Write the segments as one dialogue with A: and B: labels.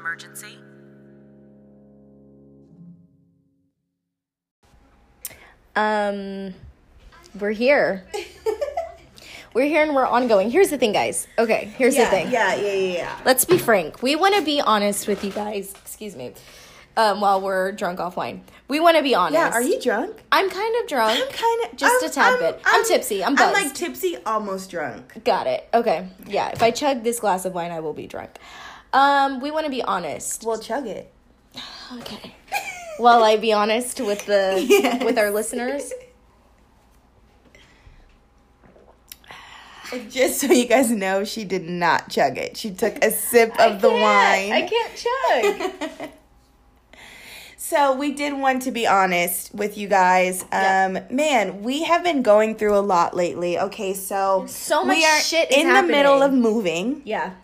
A: emergency?
B: Um, we're here. we're here and we're ongoing. Here's the thing, guys. Okay, here's
C: yeah,
B: the thing.
C: yeah, yeah, yeah, yeah.
B: Let's be frank. We want to be honest with you guys. Excuse me. Um, while we're drunk off wine, we want to be honest.
C: Yeah, are you drunk?
B: I'm kind of drunk.
C: I'm kind of
B: just a tad bit. I'm, tipsy. I'm buzzed.
C: I'm like tipsy, almost drunk.
B: Got it. Okay. Yeah. If I chug this glass of wine, I will be drunk. Um, we want to be honest.
C: Well, chug it.
B: Okay. Will I be honest with the with our listeners?
C: Just so you guys know, she did not chug it. She took a sip of the wine.
B: I can't chug.
C: So we did want to be honest with you guys. Um,
B: Yeah.
C: man, we have been going through a lot lately. Okay, so
B: so much
C: we are
B: shit is
C: in the middle of
B: happening.
C: moving.
B: yeah.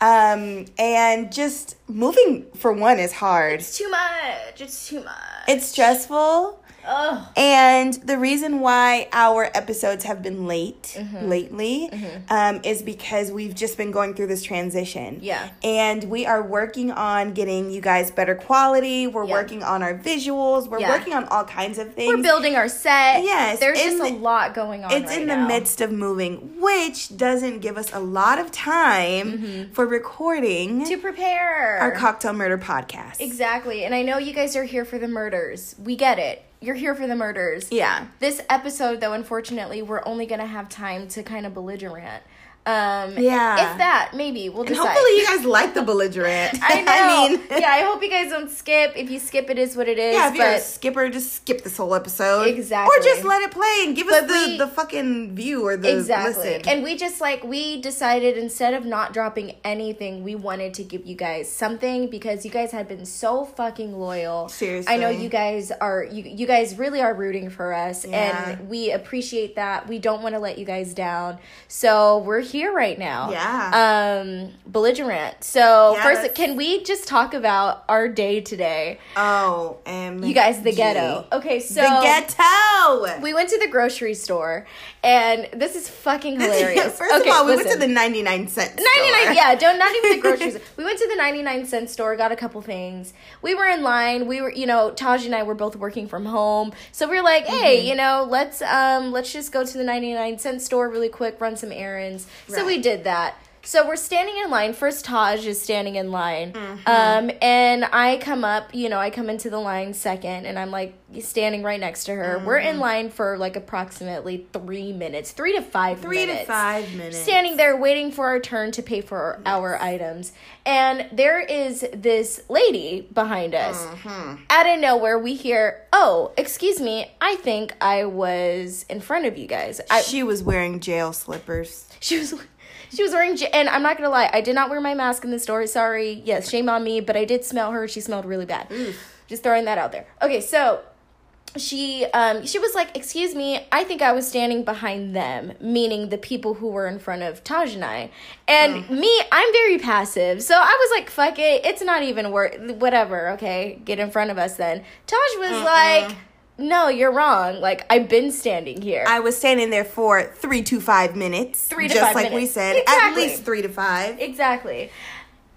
C: Um, and just moving for one is hard.
B: It's too much. It's too much.
C: It's stressful.
B: Ugh.
C: And the reason why our episodes have been late
B: Mm-hmm.
C: lately um, is because we've just been going through this transition.
B: Yeah.
C: And we are working on getting you guys better quality. We're
B: Yeah.
C: working on our visuals. We're
B: Yeah.
C: working on all kinds of things.
B: We're building our set.
C: Yes,
B: There's
C: in
B: just a
C: the-
B: lot going on.
C: it's
B: right
C: in
B: now.
C: the midst of moving, which doesn't give us a lot of time for recording
B: Mm-hmm. to prepare.
C: our Cocktail Murder podcast.
B: exactly. And I know you guys are here for the murders. We get it. You're here for the murders.
C: Yeah.
B: This episode, though, unfortunately, we're only gonna have time to kind of belligerent. Um,
C: Yeah.
B: If that, maybe we'll decide.
C: Hopefully, you guys like the belligerent.
B: I know.
C: mean,
B: yeah, I hope you guys don't skip. If you skip, it is what it is.
C: Yeah, if you're a
B: but-
C: skipper, just skip this whole episode.
B: Exactly.
C: Or just let it play and give
B: But
C: us the,
B: we-
C: the fucking view or the
B: exactly
C: listen.
B: and we just like we decided instead of not dropping anything we wanted to give you guys something because you guys had been so fucking loyal i know
C: Seriously.
B: you guys are you, you guys really are rooting for us
C: Yeah.
B: and we appreciate that we don't want to let you guys down so we're here right now
C: Yeah.
B: um belligerent so
C: Yeah,
B: first
C: that's-
B: can we just talk about our day today
C: oh, and
B: you guys the ghetto okay so
C: the ghetto.
B: we went to the grocery store, and this is fucking hilarious.
C: First
B: Okay,
C: of all, we went
B: listen.
C: to the 99 cent store.
B: 99 yeah don't not even the groceries we went to the 99 cent store got a couple things we were in line we were you know taj and i were both working from home so we were like hey
C: Mm-hmm.
B: you know let's um let's just go to the 99 cent store really quick run some errands so we
C: Right.
B: did that so we're standing in line first taj is standing in line
C: Mm-hmm.
B: um and i come up you know i come into the line second and i'm like standing right next to her we're
C: Mm-hmm.
B: in line for like approximately three minutes three to five
C: Three to
B: minutes
C: five minutes.
B: standing there waiting for our turn to pay for our, our items. And there is this lady behind us. Out of nowhere, we hear, Oh, excuse me, I think I was in front of you guys. I,
C: She was wearing jail slippers.
B: she was. She was wearing, j- and I'm not gonna lie, I did not wear my mask in the store. Sorry, yes, shame on me, but I did smell her. She smelled really bad. Just throwing that out there. Okay, so she um she was like excuse me i think i was standing behind them meaning the people who were in front of taj and i and me i'm very passive so i was like fuck it it's not even worth whatever okay get in front of us then taj was like no you're wrong like i've been standing here
C: I was standing there for three to five minutes.
B: Three to
C: just
B: five
C: like we
B: minutes.
C: said, at
B: Exactly.
C: least three to five.
B: exactly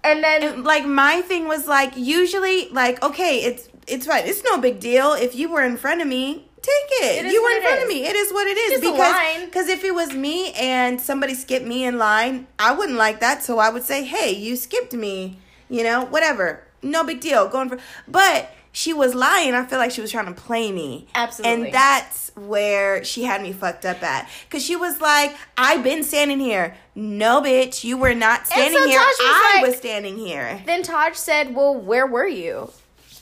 B: and then
C: like my thing was like usually like okay it's it's fine it's no big deal if you were in front of me take it,
B: It is
C: you were
B: what
C: in
B: it
C: front of
B: is.
C: me it is what it is
B: Just a
C: because
B: line.
C: because if it was me and somebody skipped me in line i wouldn't like that so i would say hey you skipped me you know whatever no big deal going for but she was lying. I feel like she was trying to play me.
B: Absolutely.
C: And that's where she had me fucked up at. Because she was like, I've been standing here. No, bitch, you were not standing
B: so
C: here.
B: Taj was
C: I
B: like-
C: was standing here.
B: Then Taj said, Well, where were you?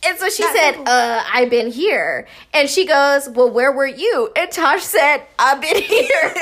B: And so she
C: That-
B: said, Uh, I've been here. And she goes, Well, where were you? And Taj said, I've been here.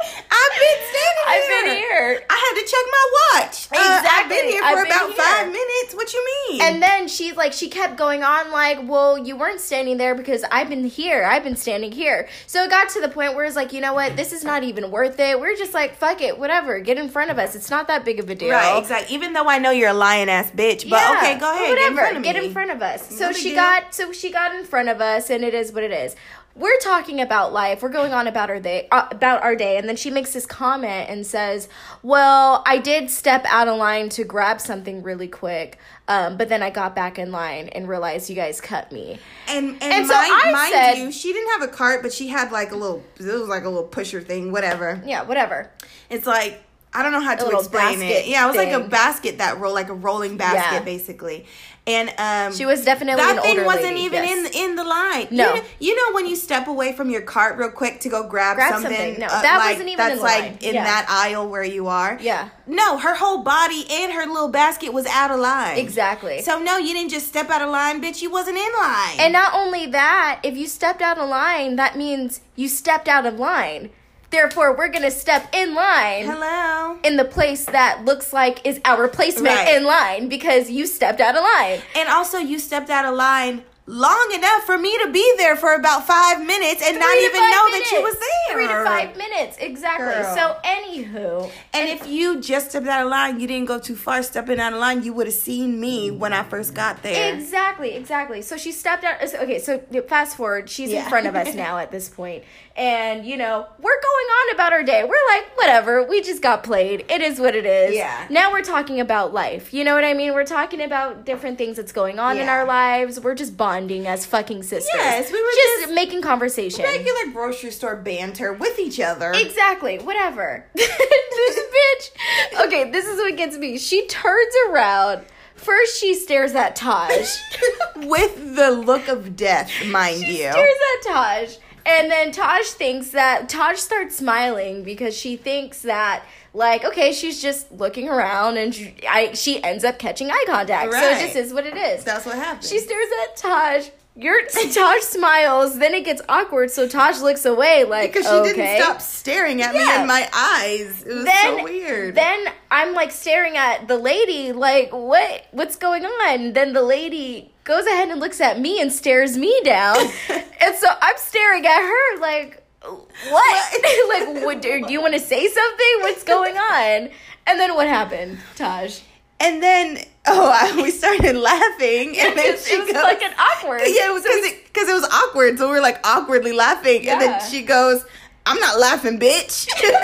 C: I've been standing
B: I've
C: here.
B: been here.
C: I had to check my watch. Uh, I've been
B: Exactly.
C: here for
B: I've been
C: about
B: here.
C: five minutes. What you mean?
B: and then she like she kept going on like, Well, you weren't standing there because I've been here. I've been standing here. So it got to the point where it's like, you know what, this is not even worth it. We're just like, fuck it, whatever, get in front of us. It's not that big of a deal.
C: right, exactly. Even though I know you're a lying ass bitch, but
B: Yeah,
C: okay, go
B: but
C: ahead.
B: Whatever.
C: Get in front of me.
B: us. So
C: big
B: she
C: deal.
B: got so she got in front of us and it is what it is. we're talking about life. We're going on about our day, uh, about our day, and then she makes this comment and says, "Well, I did step out of line to grab something really quick, um, but then I got back in line and realized you guys cut me."
C: And and,
B: And so
C: mind,
B: I
C: mind
B: said-
C: you, she didn't have a cart, but she had like a little. It was like a little pusher thing, whatever.
B: Yeah, whatever.
C: It's like I don't know how to
B: little
C: explain it.
B: basket
C: Yeah, it was like a
B: thing.
C: basket that roll, like a rolling basket,
B: Yeah.
C: basically. And um,
B: She was definitely
C: that
B: an
C: thing
B: older
C: wasn't
B: lady,
C: even
B: yes.
C: in in the line. You
B: No.
C: know- you know, when you step away from your cart real quick to go grab,
B: Grab
C: something. uh,
B: something. No, that
C: like,
B: wasn't even
C: that's
B: in the
C: like
B: line.
C: in
B: Yeah.
C: that aisle where you are.
B: Yeah.
C: No, her whole body and her little basket was out of line.
B: Exactly.
C: So no, you didn't just step out of line, bitch. You wasn't in line.
B: And not only that, if you stepped out of line, that means you stepped out of line. Therefore, we're gonna step in line.
C: hello.
B: in the place that looks like is our placement
C: Right.
B: in line because you stepped out of line.
C: And also, you stepped out of line long enough for me to be there for about five minutes and not
B: Three to
C: even
B: five
C: know that you
B: minutes.
C: was there.
B: Three to five minutes, exactly.
C: Girl.
B: So, anywho,
C: And if you just stepped out of line, you didn't go too far stepping out of line, you would have seen me when I first got there.
B: exactly, exactly. So she stepped out. so- Okay, so fast forward, she's
C: Yeah.
B: in front of us now at this point, and you know we're going on about our day. We're like, whatever, we just got played. It is what it is.
C: Yeah.
B: Now we're talking about life. You know what I mean? We're talking about different things that's going on in
C: Yeah.
B: our lives. We're just bonding as fucking sisters.
C: Yes, we were just
B: making conversation.
C: Regular grocery store banter with each other.
B: Exactly. Whatever. this bitch. Okay, this is what gets me. She turns around. First, she stares at Taj.
C: with the look of death, mind
B: she
C: you.
B: stares at Taj, and then Taj thinks that Taj starts smiling because she thinks that like okay, she's just looking around, and she, I, she ends up catching eye contact. So
C: Right.
B: it just is what it is.
C: That's what happened.
B: She stares at Taj. Your Taj smiles. Then it gets awkward, so Taj looks away like
C: because she
B: "Okay."
C: didn't stop staring at me
B: Yeah.
C: in my eyes. It was
B: then
C: so weird.
B: then I'm like staring at the lady like what what's going on? Then the lady goes ahead and looks at me and stares me down. and so I'm staring at her like what? like what do do you want to say something? What's going on? And then what happened, Taj?
C: and then, oh, I, we started laughing. And then
B: It,
C: she
B: was
C: goes,
B: fucking awkward.
C: Yeah, because it, because it was awkward, so we were like awkwardly laughing,
B: Yeah.
C: and then she goes, "I'm not laughing, bitch."
B: she literally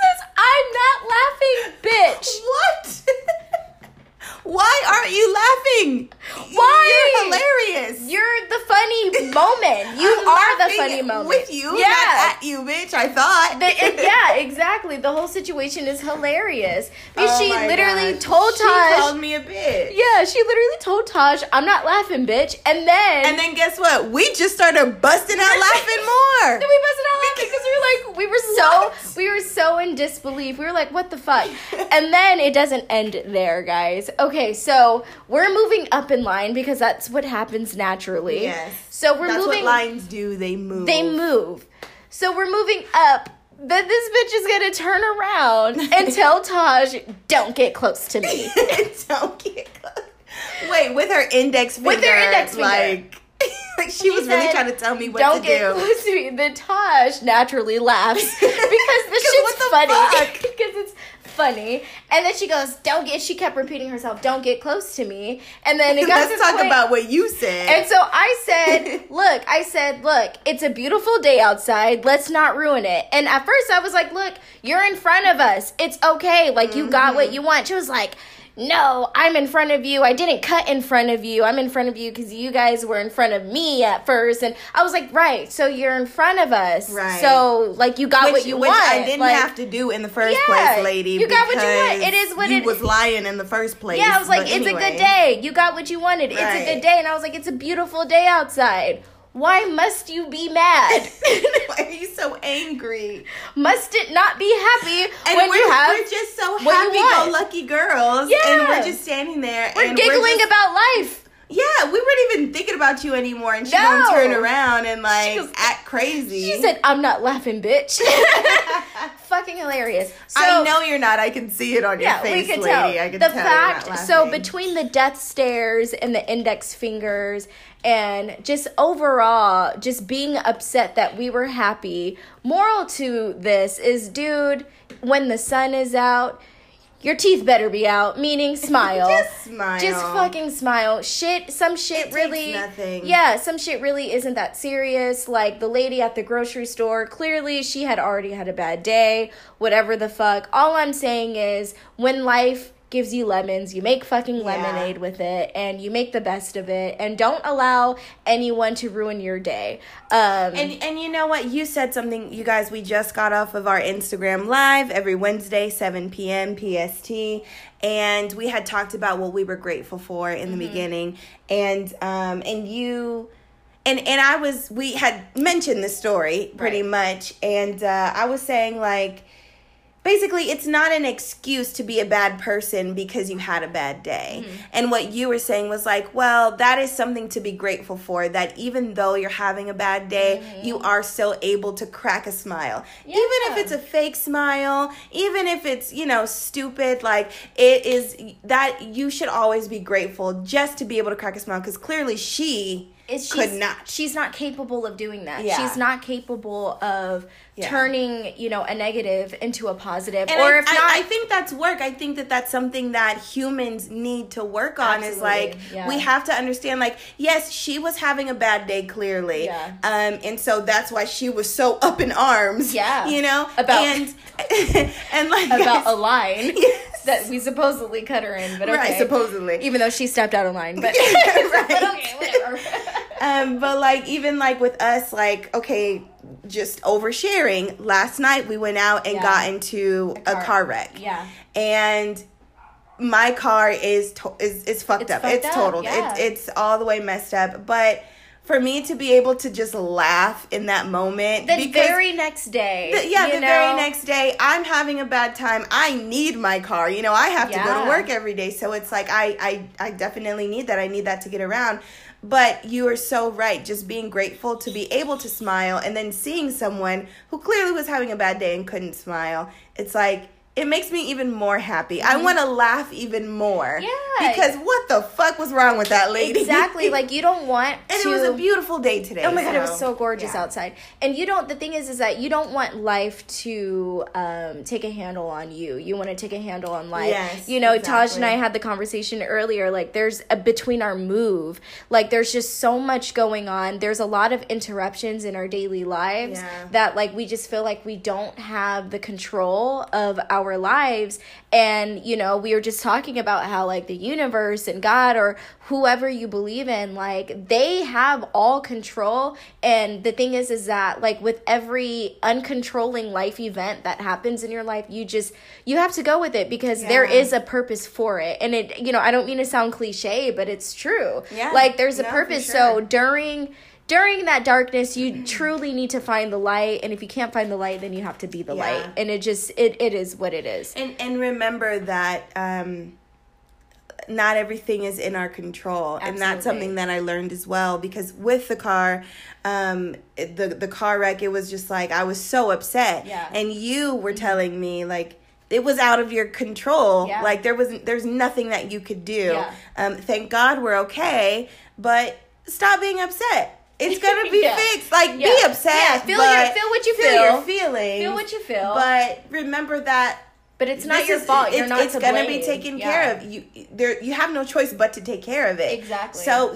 B: says, "I'm not laughing, bitch."
C: what? Why aren't you laughing?
B: Why?
C: You're hilarious.
B: You're the funny moment. You
C: I'm
B: are the
C: laughing
B: funny moment.
C: with you, yeah. not at you, bitch. I thought.
B: The- it- yeah, exactly. The whole situation is hilarious. Because
C: Oh
B: she
C: my
B: literally
C: gosh.
B: told
C: She
B: Taj.
C: called me a bitch.
B: yeah, she literally told Taj, "I'm not laughing, bitch." And then
C: And then guess what? We just started busting out laughing more.
B: then we busted out laughing because we were like, we were so we were so in disbelief. We were like, what the fuck? and then it doesn't end there, guys. Okay, so we're moving up in line because that's what happens naturally.
C: Yes.
B: So we're
C: That's
B: moving.
C: what lines do. They move.
B: they move. So we're moving up. Then this bitch is gonna turn around and tell Taj, "Don't get close to me."
C: Don't get close. Wait, with her index finger.
B: With her index finger.
C: Like, like she, was really
B: said,
C: trying to tell me what
B: Don't
C: to
B: get
C: do.
B: close to me. Then Taj naturally laughs because the
C: 'Cause
B: shit's
C: what the
B: funny.
C: fuck?
B: Because it's funny. And then she goes, "Don't get." She kept repeating herself, "Don't get close to me." And then it got to
C: Let's
B: the
C: talk
B: point-
C: about what you said.
B: And so I said, "Look, I said, look, it's a beautiful day outside. Let's not ruin it." And at first I was like, "Look, you're in front of us. It's okay. Like you got
C: Mm-hmm.
B: what you want." She was like, "No, I'm in front of you. I didn't cut in front of you. I'm in front of you cuz you guys were in front of me at first. And I was like, "Right. So you're in front of us.
C: Right.
B: So like you got
C: which,
B: what you
C: which
B: want."
C: I didn't
B: Like,
C: have to do in the first
B: Yeah,
C: place, lady.
B: you got what you want.
C: because
B: It is what
C: you
B: it-
C: was lying in the first place.
B: yeah, I was like,
C: But
B: it's a
C: anyway.
B: good day. You got what you wanted. It's a
C: Right.
B: good day. And I was like, it's a beautiful day outside. Why must you be mad?
C: Why are you so angry?
B: must it not be happy
C: And
B: when
C: we're,
B: you have
C: we're just so
B: what you want.
C: happy-go-lucky girls, and
B: Yeah.
C: we're just standing there.
B: we're
C: and
B: giggling
C: just
B: about life?
C: Yeah, we weren't even thinking about you anymore, and she
B: No.
C: gonna turn around and like
B: She was-
C: act crazy.
B: She said, "I'm not laughing, bitch." Fucking hilarious. So,
C: "I know you're not. I can see it on your
B: Yeah,
C: face,
B: we could
C: lady.
B: tell.
C: I can
B: the
C: tell
B: fact.
C: You're not
B: so
C: laughing."
B: between the death stares and the index fingers, and just overall, just being upset that we were happy. Moral to this is, dude, when the sun is out. Your teeth better be out, meaning smile.
C: Just smile.
B: Just fucking smile. Shit, some shit
C: It takes
B: really
C: nothing.
B: Yeah, some shit really isn't that serious. Like the lady at the grocery store, clearly she had already had a bad day, whatever the fuck. All I'm saying is when life gives you lemons, you make fucking lemonade with it and you make the best of it and don't allow anyone to ruin your day. Um
C: And and you know what? You said something, you guys. We just got off of our Instagram live every Wednesday, seven p.m. PST, and we had talked about what we were grateful for in the beginning, and um and you. And, and I was we had mentioned the story pretty much, and uh, I was saying like, basically it's not an excuse to be a bad person because you had a bad day and what you were saying was like well that is something to be grateful for that even though you're having a bad day you are still able to crack a smile even if
B: Yeah.
C: it's a fake smile even if it's you know stupid like it is that you should always be grateful just to be able to crack a smile because clearly she
B: it's
C: could
B: she's-
C: not.
B: She's not capable of doing that.
C: Yeah.
B: She's not capable of
C: Yeah.
B: turning, you know, a negative into a positive.
C: And
B: or
C: I,
B: if
C: I-
B: not,
C: I think that's work. I think that that's something that humans need to work on. Is like
B: Absolutely, yeah.
C: we have to understand. Like yes, she was having a bad day clearly,
B: Yeah.
C: um, and so that's why she was so up in arms.
B: Yeah.
C: you know
B: About-
C: and and like
B: about a line
C: Yes.
B: that we supposedly cut her in, but okay.
C: Right, supposedly.
B: Even though she stepped out of line, but, but
C: right.
B: okay, whatever.
C: um, but like even like with us, like okay, just oversharing. Last night we went out and
B: Yeah.
C: got into a car,
B: car-
C: wreck.
B: yeah.
C: and my car is to- is is fucked
B: It's
C: up.
B: fucked
C: it's
B: up,
C: totaled.
B: yeah.
C: It's it's all the way messed up. But for me to be able to just laugh in that moment,
B: The
C: because
B: very next day.
C: the- yeah,
B: you
C: the very
B: know?
C: next day, I'm having a bad time. I need my car. You know, I have to go
B: Yeah.
C: to work every day, so it's like I, I, I definitely need that. I need that to get around. But you are so right. Just being grateful to be able to smile, and then seeing someone who clearly was having a bad day and couldn't smile, it's like. It makes me even more happy. I want to laugh even more.
B: Mm-hmm. Yeah.
C: Because what the fuck was wrong with that lady?
B: Exactly. Like you don't want
C: and
B: to
C: it was a beautiful day today.
B: Oh my god, it was so gorgeous
C: yeah.
B: outside. And you don't. The thing is, is that you don't want life to um, take a handle on you. You want to take a handle on life.
C: Yes,
B: you know, Taj
C: exactly.
B: and I had the conversation earlier. Like, there's a, between our move, like there's just so much going on. There's a lot of interruptions in our daily lives
C: Yeah.
B: that like we just feel like we don't have the control of our lives. And you know, we were just talking about how like the universe and God or whoever you believe in, like they have all control. And the thing is, is that like with every uncontrolling life event that happens in your life, you just you have to go with it because there
C: Yeah.
B: is a purpose for it. And it, you know, I don't mean to sound cliche, but it's true.
C: Yeah.
B: Like there's a
C: No, for
B: purpose.
C: sure.
B: So during during that darkness you truly need to find the light and if you can't find the light then you have to be the
C: Yeah.
B: light and it just it, it is what it is
C: And and remember that um not everything is in our control and that's
B: Absolutely.
C: something that I learned as well because with the car um it- the the car wreck it was just like I was so upset
B: Yeah. Mm-hmm.
C: and you were telling me like it was out of your control
B: Yeah.
C: like there wasn't there's nothing that you could do
B: Yeah.
C: um thank God we're okay but stop being upset it's gonna be
B: Yeah.
C: fixed like be
B: Yeah.
C: upset
B: Yeah, feel your-
C: but
B: feel what you
C: your
B: feel.
C: feelings
B: Feel what you feel.
C: but remember that
B: but it's not
C: this
B: your
C: is-
B: fault
C: It's,
B: you're not
C: it's
B: to
C: gonna
B: blame.
C: be taken
B: Yeah.
C: care of. You there, you have no choice but to take care of it.
B: Exactly.
C: So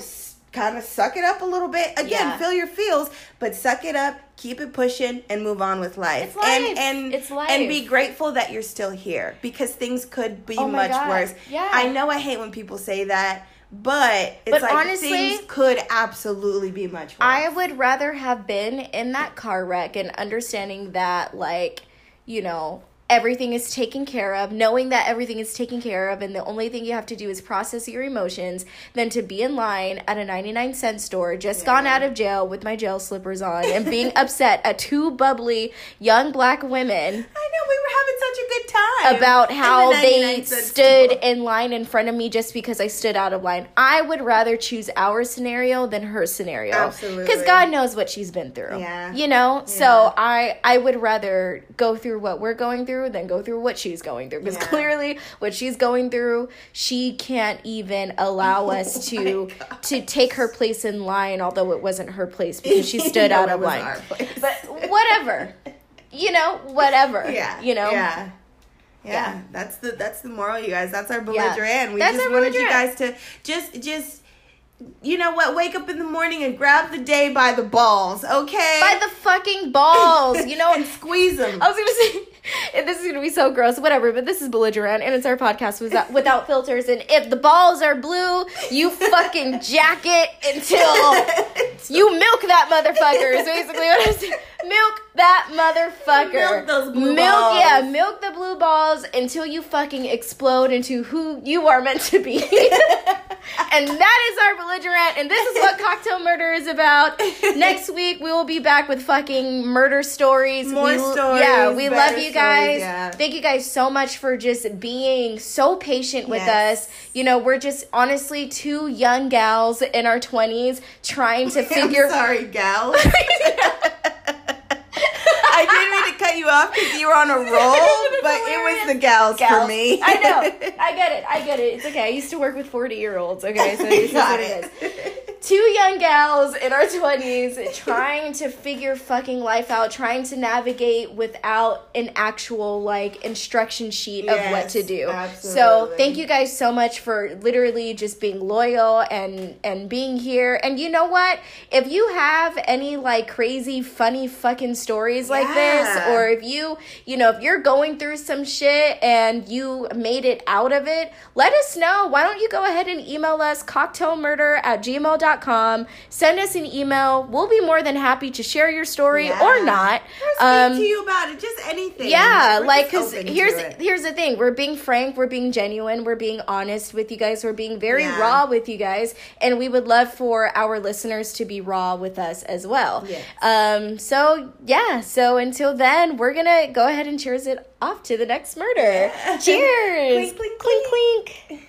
C: kind of suck it up a little bit. Again,
B: Yeah.
C: feel your feels, but suck it up, keep it pushing, and move on with life.
B: It's life.
C: And and
B: It's life.
C: and be grateful that you're still here because things could be
B: Oh my
C: much
B: God.
C: worse.
B: Yeah.
C: I know. I hate when people say that. But it's
B: But
C: like
B: honestly-
C: things could absolutely be much worse.
B: I would rather have been in that car wreck and understanding that, like, you know, everything is taken care of, knowing that everything is taken care of, and the only thing you have to do is process your emotions, than to be in line at a 99 cent store, just gone out of jail with my jail slippers on, and being upset at two bubbly young black women
C: I know we were having such a good time
B: about
C: in the
B: how
C: 99
B: they
C: cent
B: stood
C: store.
B: in line in front of me just because I stood out of line. I would rather choose our scenario than her scenario.
C: Absolutely.
B: Because God knows what she's been through.
C: Yeah.
B: You know?
C: Yeah.
B: So I I would rather go through what we're going through than go through what she's going through. Because
C: Yeah.
B: clearly what she's going through, she can't even
C: Oh
B: allow us to to take her place in line, although it wasn't her place because she stood
C: No,
B: out
C: it
B: of
C: was
B: line.
C: our place.
B: But whatever. You know, whatever.
C: Yeah.
B: You know?
C: Yeah. Yeah,
B: Yeah.
C: that's the that's the moral, you guys. That's our
B: Yeah.
C: belligerent. We
B: That's
C: just
B: our
C: wanted you guys
B: belligerent.
C: to just just you know what? Wake up in the morning and grab the day by the balls, okay?
B: By the fucking balls, you know.
C: and squeeze them.
B: I was gonna say, and this is gonna be so gross, whatever. But this is belligerent, and it's our podcast without, without filters. And if the balls are blue, you fucking jack it until you milk that motherfucker. Is basically what I'm saying. Milk that motherfucker.
C: Milk those blue
B: Milk,
C: balls.
B: yeah, milk the blue balls until you fucking explode into who you are meant to be. and that is our belligerent, and this is what cocktail murder is about. Next week we will be back with fucking murder stories.
C: More
B: we,
C: stories,
B: Yeah, we
C: better
B: love you
C: stories,
B: guys.
C: yeah.
B: Thank you guys so much for just being so patient with
C: Yes.
B: us. You know, we're just honestly two young gals in our twenties trying to figure
C: I'm sorry, gal. I didn't mean to cut you off because you were on a roll,
B: It's
C: but it was the gals, for
B: gals.
C: me.
B: I know. I get it. I get it. It's okay. I used to work with 40 year olds. Okay, so this is
C: Got
B: what it is.
C: it.
B: Two young gals in our 20s trying to figure fucking life out, trying to navigate without an actual like instruction sheet of what
C: Yes,
B: to do. So,
C: absolutely.
B: thank you guys so much for literally just being loyal and and being here. And you know what? If you have any like crazy funny fucking stories like this
C: Yeah.
B: or or if you you know if you're going through some shit and you made it out of it let us know why don't you go ahead and email us cocktailmurder at gmail.com send us an email we'll be more than happy to share your story
C: Yeah.
B: or not
C: Or speak to you about it, just anything.
B: Um, yeah,
C: We're
B: like
C: just
B: because
C: open to
B: here's
C: it.
B: here's the thing: we're being frank, we're being genuine, we're being honest with you guys, we're being very
C: Yeah.
B: raw with you guys, and we would love for our listeners to be raw with us as well.
C: Yes.
B: Um. So yeah. So until then, we're gonna go ahead and cheers it off to the next murder.
C: Yeah.
B: Cheers.
C: Clink, clink,
B: clink. clink.